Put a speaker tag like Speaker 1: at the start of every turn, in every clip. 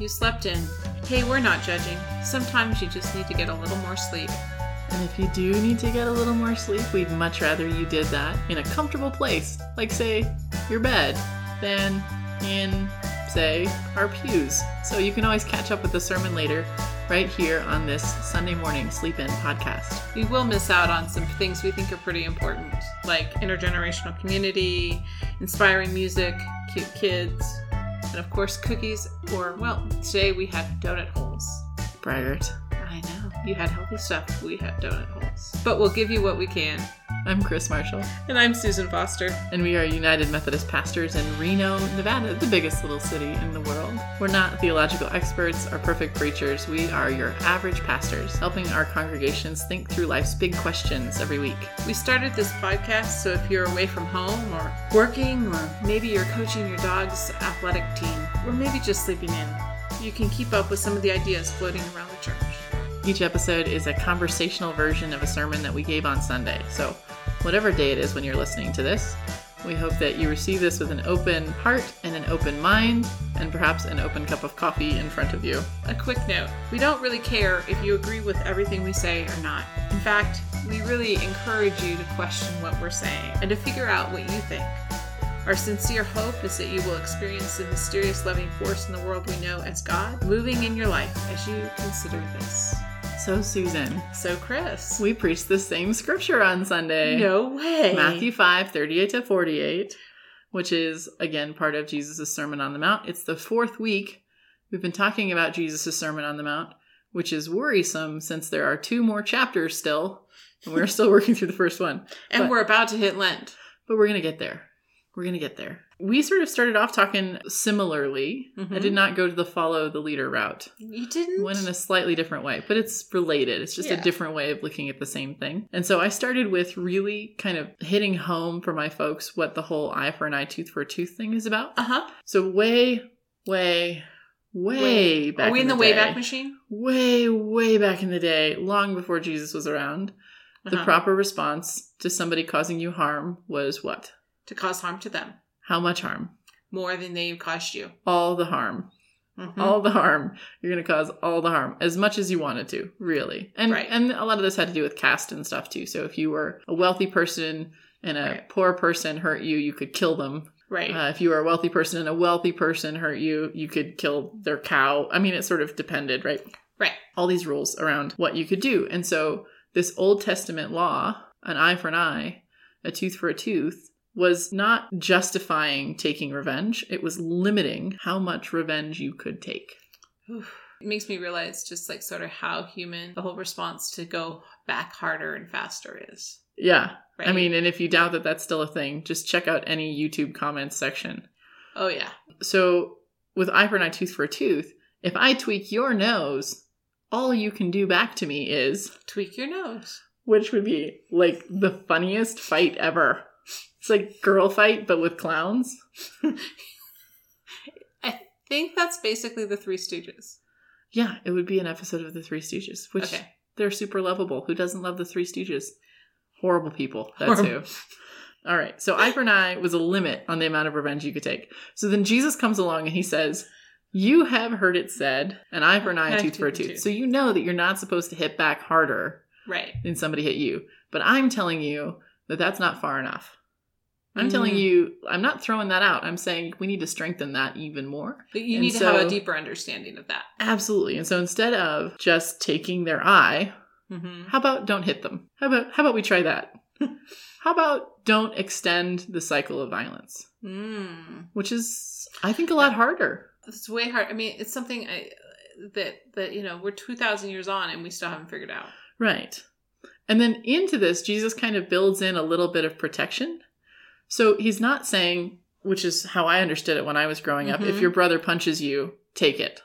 Speaker 1: You slept in. Hey, we're not judging. Sometimes you just need to get a little more sleep.
Speaker 2: And if you do need to get a little more sleep, we'd much rather you did that in a comfortable place, like, say, your bed, than in, say, our pews. So you can always catch up with the sermon later, right here on this Sunday morning Sleep In podcast.
Speaker 1: We will miss out on some things we think are pretty important, like intergenerational community, inspiring music, cute kids, and of course, cookies, or, well, today we had donut holes.
Speaker 2: Braggart.
Speaker 1: I know. You had healthy stuff, we had donut holes. But we'll give you what we can.
Speaker 2: I'm Chris Marshall,
Speaker 1: And I'm Susan Foster.
Speaker 2: and we are United Methodist pastors in Reno, Nevada, the biggest little city in the world. We're not theological experts or perfect preachers. We are your average pastors, helping our congregations think through life's big questions every week.
Speaker 1: We started this podcast so if you're away from home or working, or maybe you're coaching your dog's athletic team, or maybe just sleeping in, you can keep up with some of the ideas floating around the church.
Speaker 2: Each episode is a conversational version of a sermon that we gave on Sunday. So, whatever day it is when you're listening to this, we hope that you receive this with an open heart and an open mind, and perhaps an open cup of coffee in front of you.
Speaker 1: A quick note we don't really care if you agree with everything we say or not. In fact, we really encourage you to question what we're saying and to figure out what you think. Our sincere hope is that you will experience the mysterious loving force in the world we know as God moving in your life as you consider this.
Speaker 2: So, Susan,
Speaker 1: So, Chris.
Speaker 2: we preached the same scripture on Sunday.
Speaker 1: no way.
Speaker 2: Matthew 5, 38 to 48, which is again part of Jesus' Sermon on the Mount. It's the fourth week we've been talking about Jesus' Sermon on the Mount, which is worrisome since there are two more chapters still, and we're still working through the first one.
Speaker 1: And
Speaker 2: But-
Speaker 1: we're about to hit Lent.
Speaker 2: But we're going to get there. We're going to get there. We sort of started off talking similarly. I
Speaker 1: Mhm.
Speaker 2: did not go to the follow the leader route.
Speaker 1: You didn't?
Speaker 2: Went in a slightly different way, but it's related. It's just a
Speaker 1: Yeah.
Speaker 2: different way of looking at the same thing. And so I started with really kind of hitting home for my folks what the whole eye for an eye, tooth for a tooth thing is about.
Speaker 1: uh huh.
Speaker 2: So way, way, way, back.
Speaker 1: Are we in the,
Speaker 2: way
Speaker 1: Wayback Machine?
Speaker 2: Way, way back in the day, long before Jesus was around, the
Speaker 1: Uh-huh.
Speaker 2: proper response to somebody causing you harm was what?
Speaker 1: to cause harm to them
Speaker 2: How much harm?
Speaker 1: more than they've caused you.
Speaker 2: All the harm.
Speaker 1: Mhm.
Speaker 2: all the harm you're going to cause all the harm as much as you wanted to really and
Speaker 1: Right.
Speaker 2: and a lot of this had to do with caste and stuff too so if you were a wealthy person and a
Speaker 1: Right.
Speaker 2: poor person hurt you you could kill them
Speaker 1: Right.
Speaker 2: uh, if you were a wealthy person and a wealthy person hurt you you could kill their cow i mean it sort of depended right
Speaker 1: Right.
Speaker 2: all these rules around what you could do and so this old testament law an eye for an eye a tooth for a tooth was not justifying taking revenge it was limiting how much revenge you could take
Speaker 1: Oof. It makes me realize just like sort of how human the whole response to go back harder and faster is.
Speaker 2: Yeah.
Speaker 1: Right.
Speaker 2: I mean, and if you doubt that that's still a thing, just check out any YouTube comments section.
Speaker 1: oh yeah.
Speaker 2: So, with eye for an eye, tooth for a tooth, if I tweak your nose, all you can do back to me is,
Speaker 1: Tweak your nose.
Speaker 2: which would be like the funniest fight ever. It's like girl fight, but with clowns.
Speaker 1: I think that's basically the Three Stooges.
Speaker 2: Yeah, it would be an episode of The Three Stooges, which
Speaker 1: okay.
Speaker 2: they're super lovable. Who doesn't love The Three Stooges? Horrible people. That's
Speaker 1: Horrible.
Speaker 2: who. All right. So eye for an eye was a limit on the amount of revenge you could take. So then Jesus comes along and he says, You have heard it said, an eye for an eye, a tooth for a tooth. So you know that you're not supposed to hit back harder
Speaker 1: Right.
Speaker 2: than somebody hit you. But I'm telling you that that's not far enough. I'm telling
Speaker 1: Mm.
Speaker 2: you, I'm not throwing that out. I'm saying we need to strengthen that even more.
Speaker 1: But you
Speaker 2: And
Speaker 1: need to have
Speaker 2: so-
Speaker 1: a deeper understanding of that.
Speaker 2: Absolutely. And so instead of just taking their eye,
Speaker 1: Mm-hmm.
Speaker 2: How about don't hit them? How about how about we try that? how about don't extend the cycle of violence,
Speaker 1: Mm.
Speaker 2: which is I think a lot harder.
Speaker 1: it's way hard. I mean, it's something I, that that you know we're two thousand years on and we still haven't figured out.
Speaker 2: Right. And then into this Jesus kind of builds in a little bit of protection. So he's not saying, which is how I understood it when I was growing up, if
Speaker 1: Mhm.
Speaker 2: your brother punches you, take it.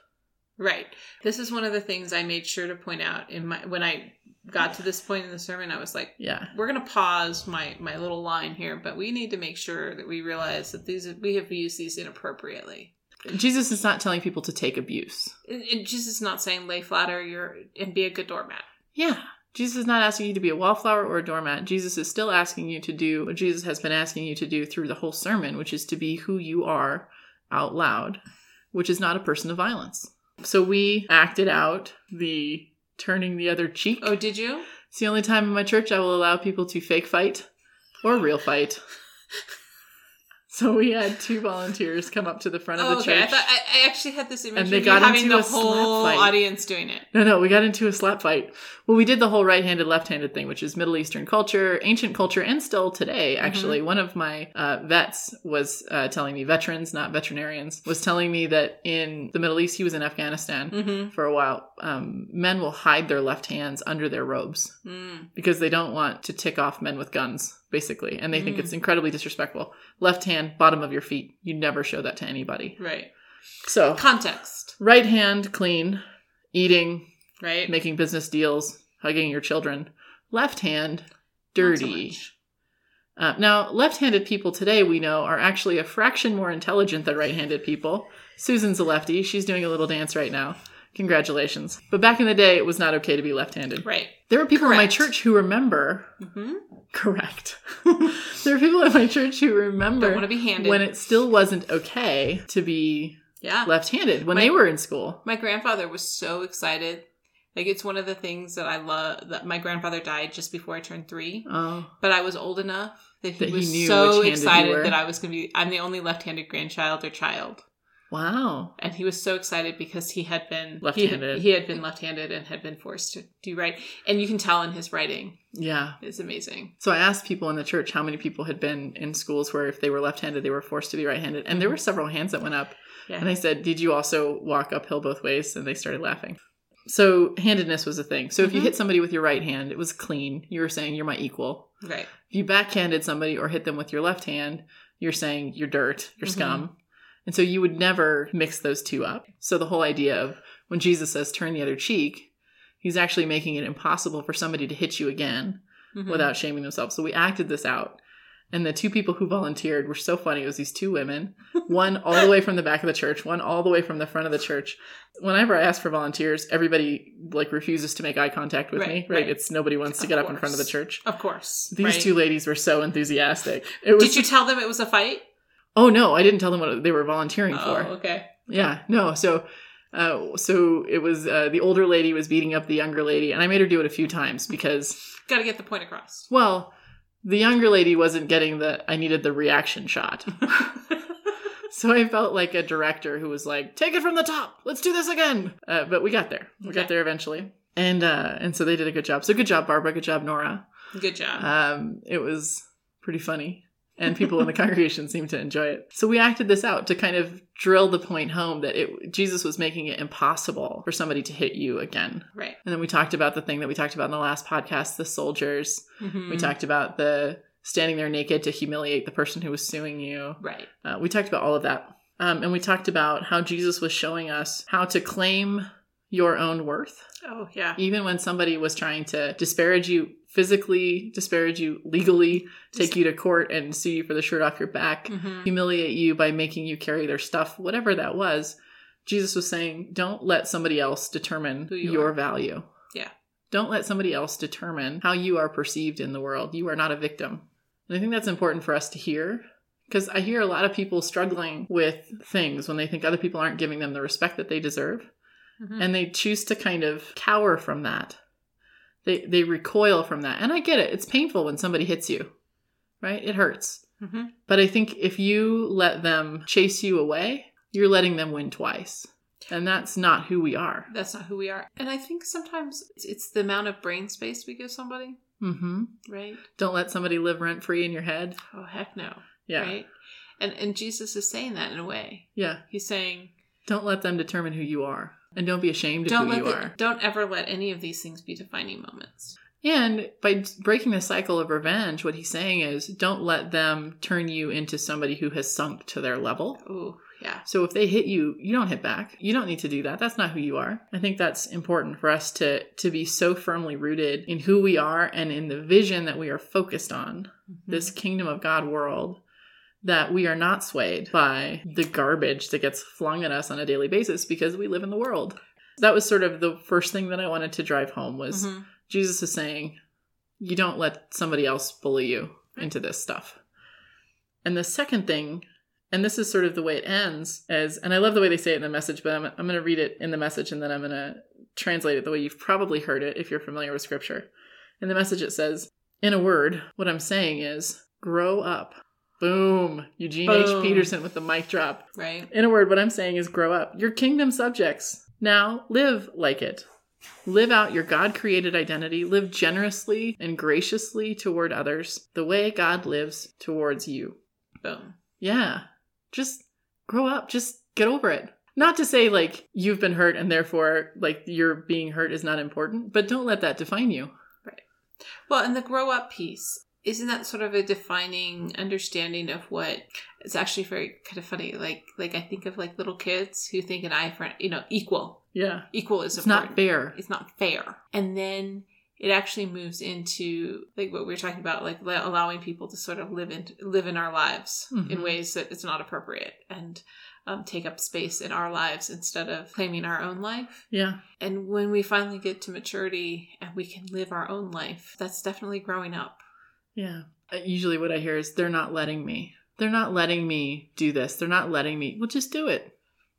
Speaker 1: Right. This is one of the things I made sure to point out in my when I got to this point in the sermon. I was like,
Speaker 2: Yeah.
Speaker 1: we're going to pause my my little line here, but we need to make sure that we realize that these we have used these inappropriately.
Speaker 2: Jesus is not telling people to take abuse.
Speaker 1: And, and Jesus is not saying lay flatter your and be a good doormat.
Speaker 2: Yeah. Jesus is not asking you to be a wallflower or a doormat. Jesus is still asking you to do what Jesus has been asking you to do through the whole sermon, which is to be who you are out loud, which is not a person of violence. So we acted out the turning the other cheek.
Speaker 1: Oh, did you?
Speaker 2: It's the only time in my church I will allow people to fake fight or real fight. so we had two volunteers come up to the front of
Speaker 1: Oh,
Speaker 2: the
Speaker 1: okay. I
Speaker 2: church.
Speaker 1: thought I, I actually had this image
Speaker 2: And
Speaker 1: of
Speaker 2: they
Speaker 1: you
Speaker 2: got
Speaker 1: having
Speaker 2: into
Speaker 1: the
Speaker 2: a slap
Speaker 1: whole
Speaker 2: fight.
Speaker 1: audience doing it.
Speaker 2: No, no, we got into a slap fight. Well, we did the whole right handed, left handed thing, which is Middle Eastern culture, ancient culture, and still today, actually. One of my uh, vets was uh, telling me, veterans, not veterinarians, was telling me that in the Middle East, he was in Afghanistan
Speaker 1: Mm-hmm.
Speaker 2: for a while, um, men will hide their left hands under their robes
Speaker 1: Mm.
Speaker 2: because they don't want to tick off men with guns, basically. And they think
Speaker 1: Mm.
Speaker 2: it's incredibly disrespectful. Left hand, bottom of your feet. You never show that to anybody.
Speaker 1: Right.
Speaker 2: So,
Speaker 1: Context.
Speaker 2: right hand, clean, eating,
Speaker 1: Right.
Speaker 2: making business deals, hugging your children. Left hand,
Speaker 1: Not so
Speaker 2: dirty.
Speaker 1: much.
Speaker 2: Uh, now, left handed people today, we know, are actually a fraction more intelligent than right handed people. Susan's a lefty. She's doing a little dance right now. Congratulations. But back in the day, it was not okay to be left handed.
Speaker 1: Right.
Speaker 2: There were people in my
Speaker 1: Correct.
Speaker 2: church who remember.
Speaker 1: Mm-hmm.
Speaker 2: Correct. there were people in my church who
Speaker 1: Don't want to
Speaker 2: remember
Speaker 1: be handed.
Speaker 2: when it still wasn't okay to be
Speaker 1: yeah.
Speaker 2: left handed when
Speaker 1: My-
Speaker 2: they were in school.
Speaker 1: My grandfather was so excited. Like it's one of the things that I love. That my grandfather died just before I turned three,
Speaker 2: Oh,
Speaker 1: but I was old enough that he
Speaker 2: That he
Speaker 1: was
Speaker 2: knew which
Speaker 1: so
Speaker 2: handed you
Speaker 1: excited
Speaker 2: were.
Speaker 1: that I was going to be. I'm the only left-handed grandchild or child,
Speaker 2: wow.
Speaker 1: and he was so excited because he had been
Speaker 2: Left-handed.
Speaker 1: He, he had been left-handed and had been forced to do right, and you can tell in his writing
Speaker 2: Yeah.
Speaker 1: is amazing.
Speaker 2: So I asked people in the church how many people had been in schools where if they were left-handed, they were forced to be right-handed, and there were several hands that went up.
Speaker 1: Yeah.
Speaker 2: And I said, "Did you also walk uphill both ways?" And they started laughing. So handedness was a thing. So if you
Speaker 1: Mhm.
Speaker 2: hit somebody with your right hand, it was clean. You were saying you're my equal.
Speaker 1: Right.
Speaker 2: If you backhanded somebody or hit them with your left hand, you're saying you're dirt, you're
Speaker 1: Mhm.
Speaker 2: scum. And so you would never mix those two up. So the whole idea of when Jesus says turn the other cheek, he's actually making it impossible for somebody to hit you again
Speaker 1: Mhm.
Speaker 2: without shaming themselves. So we acted this out. And the two people who volunteered were so funny. It was these two women, one all the way from the back of the church, one all the way from the front of the church. Whenever I ask for volunteers, everybody like refuses to make eye contact with
Speaker 1: Right,
Speaker 2: me, right?
Speaker 1: right.
Speaker 2: It's nobody wants to
Speaker 1: Of
Speaker 2: get up in front of the
Speaker 1: course.
Speaker 2: church.
Speaker 1: Of course.
Speaker 2: These
Speaker 1: right?
Speaker 2: two ladies were so enthusiastic. It was
Speaker 1: Did you tell them it was a fight?
Speaker 2: Oh no, I didn't tell them what they were volunteering
Speaker 1: Oh,
Speaker 2: for.
Speaker 1: okay.
Speaker 2: Yeah, no. So, uh, so it was uh, the older lady was beating up the younger lady, and I made her do it a few times because
Speaker 1: Got to get the point across.
Speaker 2: Well, the younger lady wasn't getting the I needed the reaction shot. so I felt like a director who was like, "Take it from the top. Let's do this again." Uh, but we got there. We
Speaker 1: Okay.
Speaker 2: got there eventually. And uh, and so they did a good job. So good job, Barbara. Good job, Nora.
Speaker 1: Good job.
Speaker 2: Um, it was pretty funny, and people in the congregation seemed to enjoy it. So we acted this out to kind of drill the point home that it, Jesus was making it impossible for somebody to hit you again.
Speaker 1: right.
Speaker 2: And then we talked about the thing that we talked about in the last podcast, the soldiers
Speaker 1: Mhm.
Speaker 2: we talked about the standing there naked to humiliate the person who was suing you.
Speaker 1: Right.
Speaker 2: Uh, we talked about all of that. Um, and we talked about how Jesus was showing us how to claim your own worth,
Speaker 1: Oh yeah.
Speaker 2: even when somebody was trying to disparage you physically, disparage you legally, take you to court and sue you for the shirt off your back,
Speaker 1: Mhm.
Speaker 2: humiliate you by making you carry their stuff, whatever that was. Jesus was saying, don't let somebody else determine
Speaker 1: Who you
Speaker 2: your
Speaker 1: are.
Speaker 2: value.
Speaker 1: Yeah.
Speaker 2: Don't let somebody else determine how you are perceived in the world. You are not a victim. And I think that's important for us to hear because I hear a lot of people struggling with things when they think other people aren't giving them the respect that they deserve
Speaker 1: Mhm.
Speaker 2: and they choose to kind of cower from that. They they recoil from that. And I get it. It's painful when somebody hits you. Right? It hurts.
Speaker 1: Mhm.
Speaker 2: But I think if you let them chase you away, you're letting them win twice. And that's not who we are.
Speaker 1: That's not who we are. And I think sometimes it's, it's the amount of brain space we give somebody,
Speaker 2: hmm
Speaker 1: right?
Speaker 2: Don't let somebody live rent free in your head.
Speaker 1: Oh heck no,
Speaker 2: Yeah.
Speaker 1: right? And and Jesus is saying that in a way.
Speaker 2: Yeah.
Speaker 1: He's saying
Speaker 2: Don't let them determine who you are. And don't be ashamed of
Speaker 1: don't
Speaker 2: who
Speaker 1: let
Speaker 2: you
Speaker 1: the-
Speaker 2: are.
Speaker 1: don't ever let any of these things be defining moments.
Speaker 2: And by breaking the cycle of revenge, what he's saying is don't let them turn you into somebody who has sunk to their level.
Speaker 1: Oh yeah,
Speaker 2: So if they hit you, you don't hit back. You don't need to do that. That's not who you are. I think that's important for us to to be so firmly rooted in who we are and in the vision that we are focused on, this kingdom of God world, that we are not swayed by the garbage that gets flung at us on a daily basis because we live in the world. That was sort of the first thing that I wanted to drive home was
Speaker 1: Mhm.
Speaker 2: Jesus is saying, you don't let somebody else bully you into this stuff. And the second thing And this is sort of the way it ends as, and I love the way they say it in the message, but I'm, I'm going to read it in the message and then I'm going to translate it the way you've probably heard it if you're familiar with scripture. In the message, it says, in a word, what I'm saying is grow up. Boom. Eugene
Speaker 1: Boom.
Speaker 2: H. Peterson with the mic drop.
Speaker 1: Right.
Speaker 2: In a word, what I'm saying is grow up. Your kingdom subjects. Now live like it. Live out your God created identity. Live generously and graciously toward others the way God lives towards you.
Speaker 1: Boom.
Speaker 2: Yeah. Just grow up. Just get over it. Not to say like you've been hurt and therefore like your being hurt is not important, but don't let that define you.
Speaker 1: Well, and the grow up piece, isn't that sort of a defining understanding of what it's actually very kind of funny. Like like I think of like little kids who think an eye for an, you know, equal.
Speaker 2: Yeah.
Speaker 1: Equal is
Speaker 2: It's
Speaker 1: important.
Speaker 2: not fair.
Speaker 1: It's not fair. And then it actually moves into like what we were talking about, like la- allowing people to sort of live in live in our lives in
Speaker 2: Mhm.
Speaker 1: ways that it's not appropriate and um, take up space in our lives instead of claiming our own life.
Speaker 2: Yeah.
Speaker 1: And when we finally get to maturity and we can live our own life, that's definitely growing up.
Speaker 2: Yeah. Uh, Usually what I hear is they're not letting me. They're not letting me do this. They're not letting me. Well, just do it.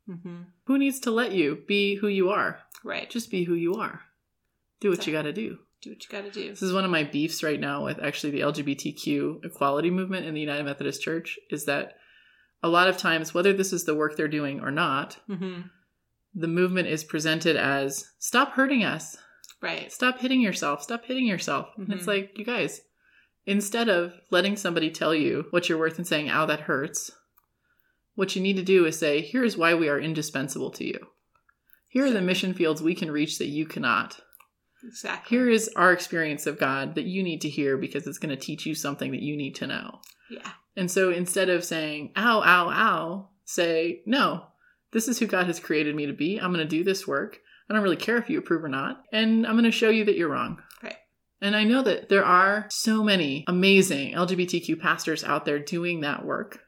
Speaker 1: Mm-hmm.
Speaker 2: Who needs to let you be who you are?
Speaker 1: Right.
Speaker 2: Just be who you are. Do what you got to do.
Speaker 1: Do what you got to do.
Speaker 2: This is one of my beefs right now with actually the LGBTQ equality movement in the United Methodist Church is that a lot of times, whether this is the work they're doing or not,
Speaker 1: Mm-hmm.
Speaker 2: the movement is presented as stop hurting us,
Speaker 1: Right.
Speaker 2: stop hitting yourself, stop hitting yourself. And
Speaker 1: Mhm.
Speaker 2: it's like, you guys, instead of letting somebody tell you what you're worth and saying, ow, that hurts, what you need to do is say, here's why we are indispensable to you. Here are the mission fields we can reach that you cannot.
Speaker 1: Exactly.
Speaker 2: Here is our experience of God that you need to hear because it's going to teach you something that you need to know.
Speaker 1: Yeah.
Speaker 2: And so instead of saying, ow, ow, ow, say, no, this is who God has created me to be. I'm going to do this work. I don't really care if you approve or not. And I'm going to show you that you're wrong.
Speaker 1: Right.
Speaker 2: And I know that there are so many amazing LGBTQ pastors out there doing that work,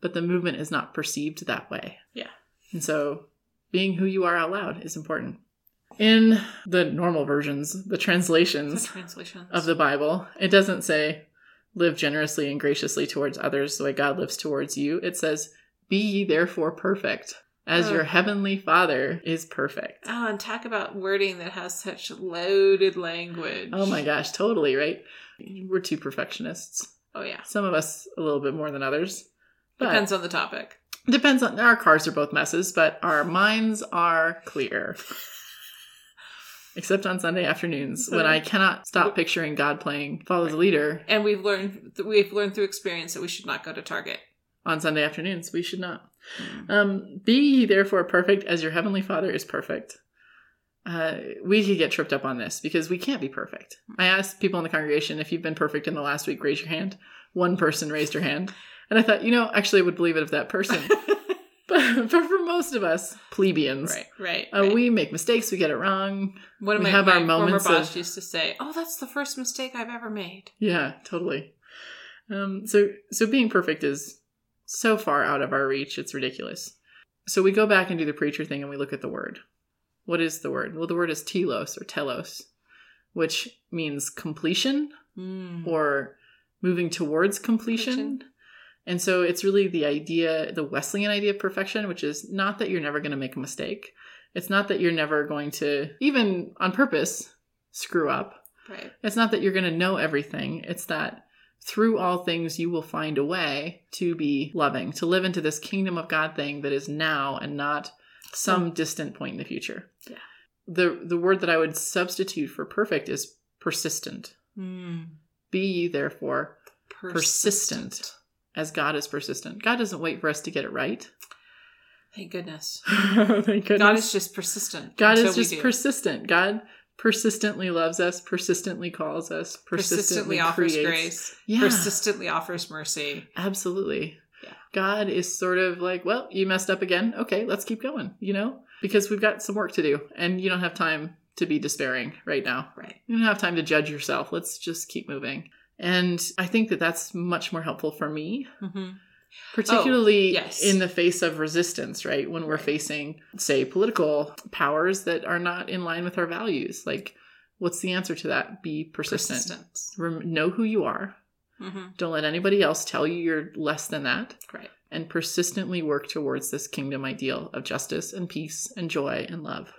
Speaker 2: but the movement is not perceived that way.
Speaker 1: Yeah.
Speaker 2: And so being who you are out loud is important. In the normal versions, the translations,
Speaker 1: Translations
Speaker 2: of the Bible. It doesn't say live generously and graciously towards others the way God lives towards you. It says, Be ye therefore perfect, as your
Speaker 1: Ugh.
Speaker 2: heavenly Father is perfect.
Speaker 1: Oh, and talk about wording that has such loaded language.
Speaker 2: Oh my gosh, totally, right? We're two perfectionists.
Speaker 1: Oh yeah.
Speaker 2: Some of us a little bit more than others. But
Speaker 1: Depends on the topic.
Speaker 2: depends on our cars are both messes, but our minds are clear. Except on Sunday afternoons when I cannot stop picturing God playing Follow the Leader
Speaker 1: And we've learned we've learned through experience that we should not go to Target.
Speaker 2: on Sunday afternoons. We should not.
Speaker 1: Mm.
Speaker 2: Um, be ye therefore perfect as your heavenly Father is perfect. Uh, we could get tripped up on this because we can't be perfect. I asked people in the congregation if you've been perfect in the last week, raise your hand. One person raised her hand, and I thought, you know, actually, I would believe it of that person. but, but for most of us plebeians,
Speaker 1: right, right.
Speaker 2: uh,
Speaker 1: right.
Speaker 2: we make mistakes, we get it wrong.
Speaker 1: One of
Speaker 2: we
Speaker 1: my,
Speaker 2: have our
Speaker 1: my
Speaker 2: moments
Speaker 1: former boss
Speaker 2: of-
Speaker 1: used to say, "Oh, that's the first mistake I've ever made."
Speaker 2: Yeah, totally. Um, so so being perfect is so far out of our reach, it's ridiculous. So we go back and do the preacher thing and we look at the word. What is the word? Well, the word is telos or telos, which means completion
Speaker 1: Mm.
Speaker 2: or moving towards completion.
Speaker 1: Completion.
Speaker 2: And so it's really the idea, the Wesleyan idea of perfection, which is not that you're never going to make a mistake. It's not that you're never going to, even on purpose, screw up.
Speaker 1: right,
Speaker 2: It's not that you're going to know everything, it's that through all things you will find a way to be loving, to live into this kingdom of God thing that is now and not some distant point in the future.
Speaker 1: Yeah.
Speaker 2: The the word that I would substitute for perfect is persistent.
Speaker 1: mm.
Speaker 2: Be ye therefore persistent as God is persistent. God doesn't wait for us to get it right.
Speaker 1: Thank goodness.
Speaker 2: Thank goodness.
Speaker 1: God is just persistent.
Speaker 2: God
Speaker 1: until
Speaker 2: is
Speaker 1: we
Speaker 2: just
Speaker 1: do.
Speaker 2: persistent. God persistently loves us, persistently calls us, persistently,
Speaker 1: persistently offers
Speaker 2: creates.
Speaker 1: grace.
Speaker 2: Yeah.
Speaker 1: Persistently offers mercy.
Speaker 2: Absolutely.
Speaker 1: Yeah.
Speaker 2: God is sort of like, well, you messed up again. Okay, let's keep going, you know? Because we've got some work to do and you don't have time to be despairing right now.
Speaker 1: Right.
Speaker 2: You don't have time to judge yourself. Let's just keep moving. And I think that that's much more helpful for me,
Speaker 1: hmm
Speaker 2: particularly
Speaker 1: Oh, yes.
Speaker 2: in the face of resistance, right? When we're
Speaker 1: Right.
Speaker 2: facing, say, political powers that are not in line with our values. Like, what's the answer to that? Be persistent.
Speaker 1: Persistence.
Speaker 2: Rem- know who you are.
Speaker 1: hmm
Speaker 2: Don't let anybody else tell you you're less than that
Speaker 1: Right.
Speaker 2: and persistently work towards this kingdom ideal of justice and peace and joy and love.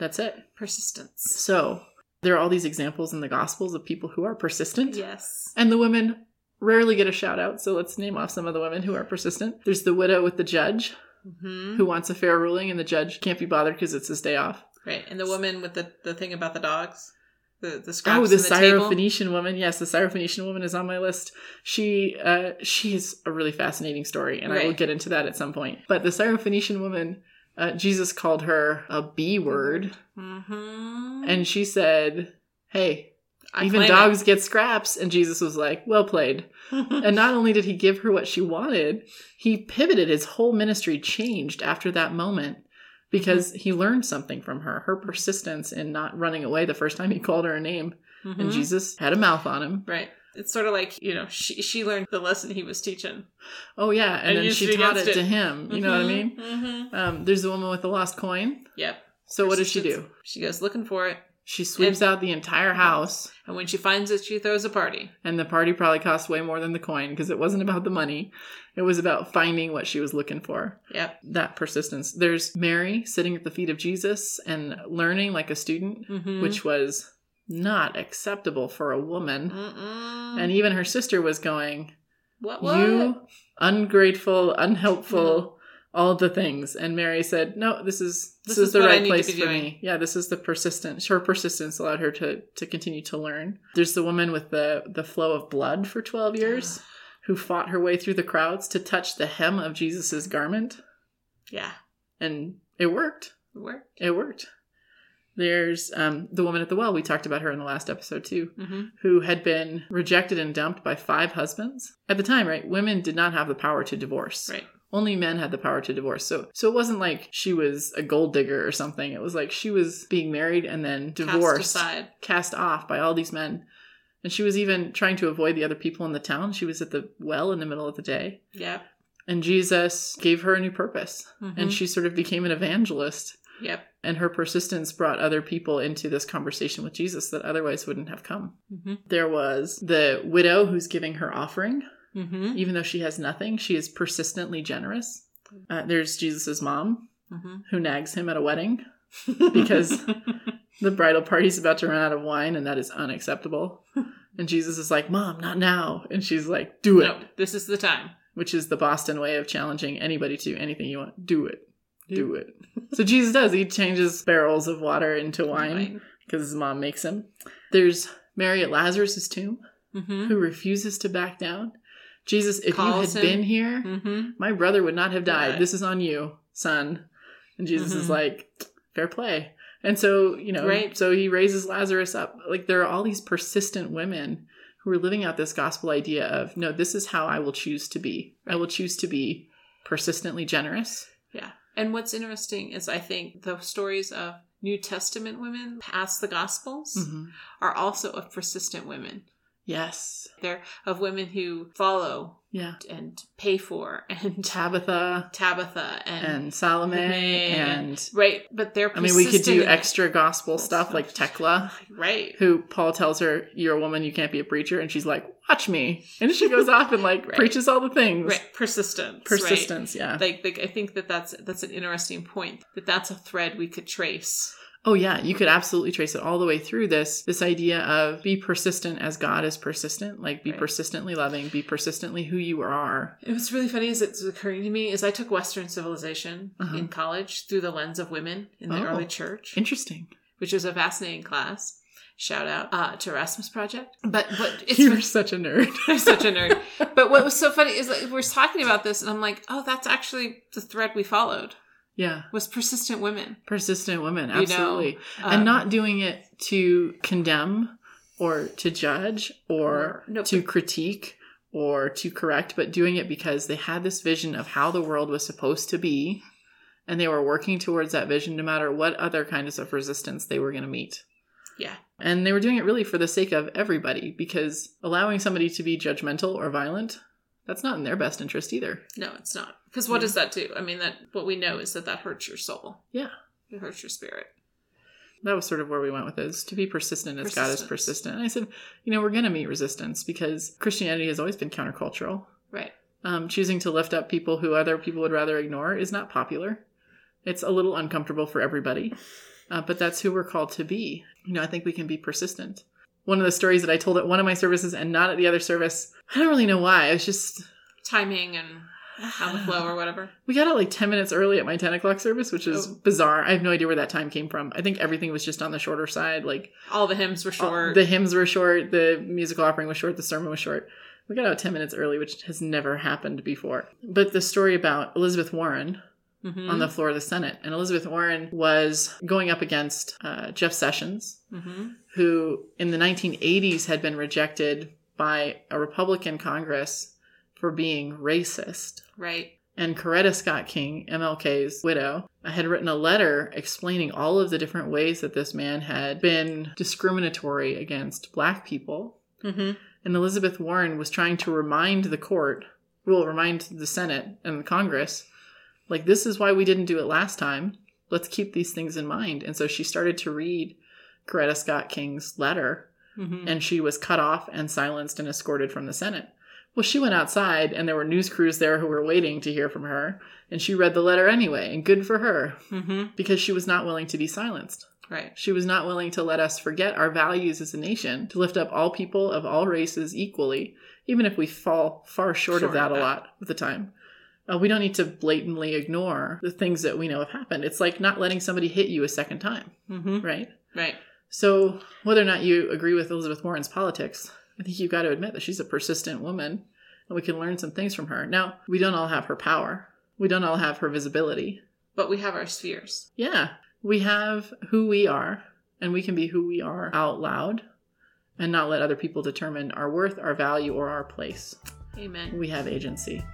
Speaker 2: That's it.
Speaker 1: Persistence.
Speaker 2: So there are all these examples in the Gospels of people who are persistent.
Speaker 1: Yes.
Speaker 2: And the women rarely get a shout out. So let's name off some of the women who are persistent. There's the widow with the judge
Speaker 1: Mm-hmm.
Speaker 2: who wants a fair ruling, and the judge can't be bothered because it's his day off.
Speaker 1: Right. And the woman with the, the thing about the dogs, the the scraps
Speaker 2: Oh, the,
Speaker 1: on the table.
Speaker 2: Syrophoenician woman. Yes, the Syrophoenician woman is on my list. She uh, she is a really fascinating story, and I will
Speaker 1: Right.
Speaker 2: get into that at some point. But the Syrophoenician woman, uh, Jesus called her a B word,
Speaker 1: Mm-hmm.
Speaker 2: and she said, "Hey,
Speaker 1: I
Speaker 2: even
Speaker 1: claim
Speaker 2: dogs get scraps." And Jesus was like, "Well played."
Speaker 1: it.
Speaker 2: And not only did he give her what she wanted, he pivoted. His whole ministry changed after that moment
Speaker 1: Mm-hmm.
Speaker 2: because he learned something from her. Her persistence in not running away the first time he called her a name. And
Speaker 1: Mhm.
Speaker 2: Jesus had a mouth on him.
Speaker 1: Right. It's sort of like you know she she learned the lesson he was teaching.
Speaker 2: Oh, yeah. And,
Speaker 1: And
Speaker 2: then
Speaker 1: used
Speaker 2: she
Speaker 1: it
Speaker 2: taught it,
Speaker 1: against it.
Speaker 2: to him. You know what I mean?
Speaker 1: Mm-hmm.
Speaker 2: Um, there's the woman with the lost coin.
Speaker 1: Yep.
Speaker 2: So, what does she do?
Speaker 1: Persistence. She goes looking for it,
Speaker 2: She sweeps out the entire house,
Speaker 1: and when she finds it, she throws a party.
Speaker 2: and the party probably cost way more than the coin because it wasn't about the money. It was about finding what she was looking for.
Speaker 1: Yep.
Speaker 2: that persistence. There's Mary sitting at the feet of Jesus and learning like a student,
Speaker 1: Mm-hmm.
Speaker 2: which was not acceptable for a
Speaker 1: Mm-hmm.
Speaker 2: woman.
Speaker 1: Mm-mm.
Speaker 2: And even her sister was going,
Speaker 1: what what?
Speaker 2: You ungrateful, unhelpful, all the things. And Mary said, No, this is this, is, the
Speaker 1: what I
Speaker 2: right
Speaker 1: need to
Speaker 2: place
Speaker 1: be
Speaker 2: for
Speaker 1: doing."
Speaker 2: me. Yeah, this is the persistence. Her persistence allowed her to to continue to learn. There's the woman with the the flow of blood for 12 years who fought her way through the crowds to touch the hem of Jesus's garment
Speaker 1: Yeah.
Speaker 2: and it worked.
Speaker 1: Where?
Speaker 2: It worked. There's um, the woman at the well. We talked about her in the last episode too,
Speaker 1: Mm-hmm.
Speaker 2: who had been rejected and dumped by five husbands at the time. Right, women did not have the power to divorce.
Speaker 1: Right.
Speaker 2: Only men had the power to divorce. So, so it wasn't like she was a gold digger or something. It was like she was being married and then divorced,
Speaker 1: Cast aside.
Speaker 2: cast off by all these men. And she was even trying to avoid the other people in the town. She was at the well in the middle of the day,
Speaker 1: Yep.
Speaker 2: and Jesus gave her a new purpose, and
Speaker 1: Mhm.
Speaker 2: she sort of became an evangelist
Speaker 1: Yep.
Speaker 2: and her persistence brought other people into this conversation with Jesus that otherwise wouldn't have come.
Speaker 1: Mm-hmm.
Speaker 2: There was the widow who's giving her offering,
Speaker 1: Mm-hmm.
Speaker 2: even though she has nothing, she is persistently generous. Uh, there's Jesus's mom
Speaker 1: Mm-hmm.
Speaker 2: who nags him at a wedding. Because- The bridal party's about to run out of wine, and that is unacceptable. And Jesus is like, Mom, not now. And she's like, Do it,
Speaker 1: no, this is the time.
Speaker 2: which is the Boston way of challenging anybody to anything you want. Do it, do
Speaker 1: Do
Speaker 2: it. so Jesus does. He changes barrels of water into wine.
Speaker 1: Wine.
Speaker 2: because his mom makes him. There's Mary at Lazarus' tomb
Speaker 1: Mm-hmm.
Speaker 2: who refuses to back down. Jesus, if
Speaker 1: Calls
Speaker 2: you
Speaker 1: him.
Speaker 2: had been here,
Speaker 1: Mm-hmm.
Speaker 2: my brother would not have died.
Speaker 1: Right.
Speaker 2: This is on you, son. And Jesus is
Speaker 1: Mhm.
Speaker 2: like, fair play. And so, you know,
Speaker 1: Right.
Speaker 2: so he raises Lazarus up. Like there are all these persistent women who are living out this gospel idea of, no, this is how I will choose to be. I will choose to be persistently generous.
Speaker 1: And what's interesting is I think the stories of New Testament women past the Gospels
Speaker 2: Mm-hmm.
Speaker 1: are also of persistent women.
Speaker 2: Yes.
Speaker 1: They're of women who follow
Speaker 2: Yeah.
Speaker 1: and pay for and
Speaker 2: Tabitha
Speaker 1: Tabitha and,
Speaker 2: and Salome
Speaker 1: Man.
Speaker 2: and
Speaker 1: right, but they're
Speaker 2: I mean, we could
Speaker 1: persistent
Speaker 2: do
Speaker 1: in-
Speaker 2: extra gospel
Speaker 1: That's
Speaker 2: stuff
Speaker 1: not
Speaker 2: like
Speaker 1: just-
Speaker 2: Tekla,
Speaker 1: right.
Speaker 2: who Paul tells her, You're a woman, you can't be a preacher. And she's like, Watch me. And she goes off and like
Speaker 1: Right.
Speaker 2: preaches all the things.
Speaker 1: Right, persistence. Persistence.
Speaker 2: Persistence, yeah.
Speaker 1: Like, like I think that that's that's an interesting point that that's a thread we could trace.
Speaker 2: oh, yeah. You could absolutely trace it all the way through this this idea of be persistent as God is persistent. Like, be
Speaker 1: Right.
Speaker 2: persistently loving, be persistently who you are.
Speaker 1: It was really funny as it's occurring to me is I took Western civilization
Speaker 2: Uh-huh.
Speaker 1: in college through the lens of women in the
Speaker 2: Oh.
Speaker 1: early church.
Speaker 2: Interesting.
Speaker 1: which was a fascinating class. Shout out uh, to Erasmus Project. But but it's
Speaker 2: You're such a nerd.
Speaker 1: I'm such a nerd. But what was so funny is like we're talking about this, and I'm like, oh, that's actually the thread we followed
Speaker 2: yeah.
Speaker 1: was persistent women,
Speaker 2: Persistent women.
Speaker 1: You know,
Speaker 2: Absolutely.
Speaker 1: Um,
Speaker 2: and not doing it to condemn or to judge or
Speaker 1: No,
Speaker 2: to critique or to correct, but doing it because they had this vision of how the world was supposed to be and they were working towards that vision no matter what other kinds of resistance they were going to meet.
Speaker 1: yeah,
Speaker 2: And they were doing it really for the sake of everybody because allowing somebody to be judgmental or violent, that's not in their best interest either.
Speaker 1: no, it's not because what
Speaker 2: Yeah.
Speaker 1: does that do? I mean, that what we know is that that hurts your soul.
Speaker 2: Hmm. Yeah.
Speaker 1: it hurts your spirit.
Speaker 2: that was sort of where we went with it is to be persistent as God is
Speaker 1: Persistence.
Speaker 2: persistent. And I said, you know, we're going to meet resistance because Christianity has always been countercultural.
Speaker 1: Right.
Speaker 2: um, choosing to lift up people who other people would rather ignore is not popular. It's a little uncomfortable for everybody, uh, but that's who we're called to be. You know, I think we can be persistent. One of the stories that I told at one of my services and not at the other service, I don't really know why. I was just
Speaker 1: Timing and on the flow or whatever.
Speaker 2: We got out like 10 minutes early at my 10 o'clock service, which is
Speaker 1: Oh.
Speaker 2: bizarre. I have no idea where that time came from. I think everything was just on the shorter side. Like
Speaker 1: All the hymns were
Speaker 2: all-
Speaker 1: short.
Speaker 2: Uh, the hymns were short, the musical offering was short, the sermon was short. We got out 10 minutes early, which has never happened before. But the story about Elizabeth Warren,
Speaker 1: Mhm.
Speaker 2: on the floor of the Senate. And Elizabeth Warren was going up against uh, Jeff Sessions,
Speaker 1: Mhm.
Speaker 2: who in the 1980s had been rejected by a Republican Congress for being racist.
Speaker 1: right.
Speaker 2: And Coretta Scott King, MLK's widow, had written a letter explaining all of the different ways that this man had been discriminatory against black people
Speaker 1: hmm
Speaker 2: and Elizabeth Warren was trying to remind the court, well, remind the Senate and the Congress, like, this is why we didn't do it last time. Let's keep these things in mind. And so she started to read Coretta Scott King's letter,
Speaker 1: hmm
Speaker 2: and she was cut off and silenced and escorted from the Senate. Well, she went outside, and there were news crews there who were waiting to hear from her, and she read the letter anyway, and good for her,
Speaker 1: hmm
Speaker 2: because she was not willing to be silenced.
Speaker 1: Right.
Speaker 2: She was not willing to let us forget our values as a nation, to lift up all people of all races equally, even if we fall far short
Speaker 1: Short
Speaker 2: of that
Speaker 1: of
Speaker 2: a
Speaker 1: that.
Speaker 2: lot of the time. Uh, we don't need to blatantly ignore the things that we know have happened. It's like not letting somebody hit you a second time,
Speaker 1: hmm
Speaker 2: right?
Speaker 1: Right.
Speaker 2: So, whether or not you agree with Elizabeth Warren's politics, I think you've got to admit that she's a persistent woman and we can learn some things from her. Now, we don't all have her power, we don't all have her visibility.
Speaker 1: But we have our spheres.
Speaker 2: Yeah. We have who we are, and we can be who we are out loud and not let other people determine our worth, our value, or our place.
Speaker 1: Amen.
Speaker 2: We have agency.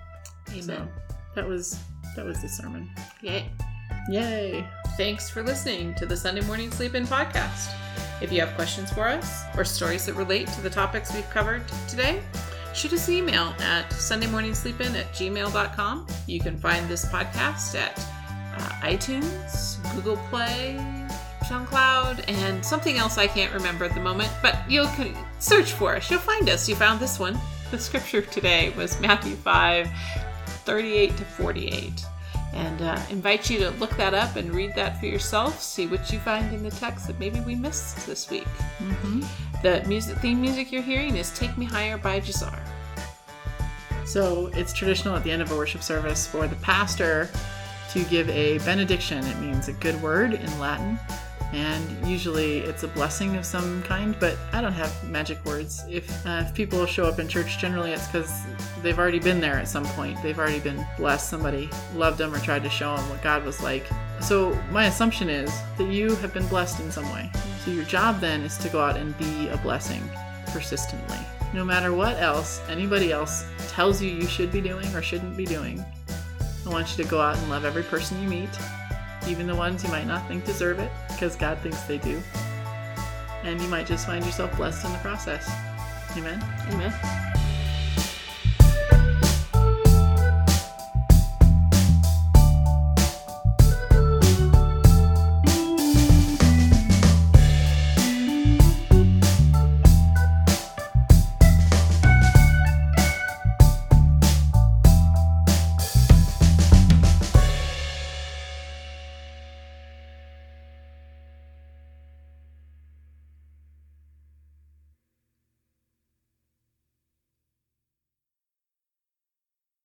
Speaker 1: Amen.
Speaker 2: So that was that was the sermon.
Speaker 1: Yay.
Speaker 2: Yay.
Speaker 1: Thanks for listening to the Sunday Morning Sleep In podcast. If you have questions for us or stories that relate to the topics we've covered today, shoot us an email at sundaymorningsleepin at gmail.com. You can find this podcast at uh, iTunes, Google Play, SoundCloud, and something else I can't remember at the moment, but you'll can search for us. You'll find us. You found this one. The scripture today was Matthew 5 38 to 48 and uh, invite you to look that up and read that for yourself. See what you find in the text that maybe we missed this week.
Speaker 2: Mm-hmm.
Speaker 1: The music theme music you're hearing is "Take Me Higher" by Jazar.
Speaker 2: So it's traditional at the end of a worship service for the pastor to give a benediction. It means a good word in Latin, and usually it's a blessing of some kind, but I don't have magic words. If, uh, if people show up in church, generally it's because they've already been there at some point. They've already been blessed, somebody loved them or tried to show them what God was like. So my assumption is that you have been blessed in some way. So your job then is to go out and be a blessing persistently. No matter what else anybody else tells you you should be doing or shouldn't be doing, I want you to go out and love every person you meet, even the ones you might not think deserve it, because God thinks they do. And you might just find yourself blessed in the process. Amen.
Speaker 1: Amen.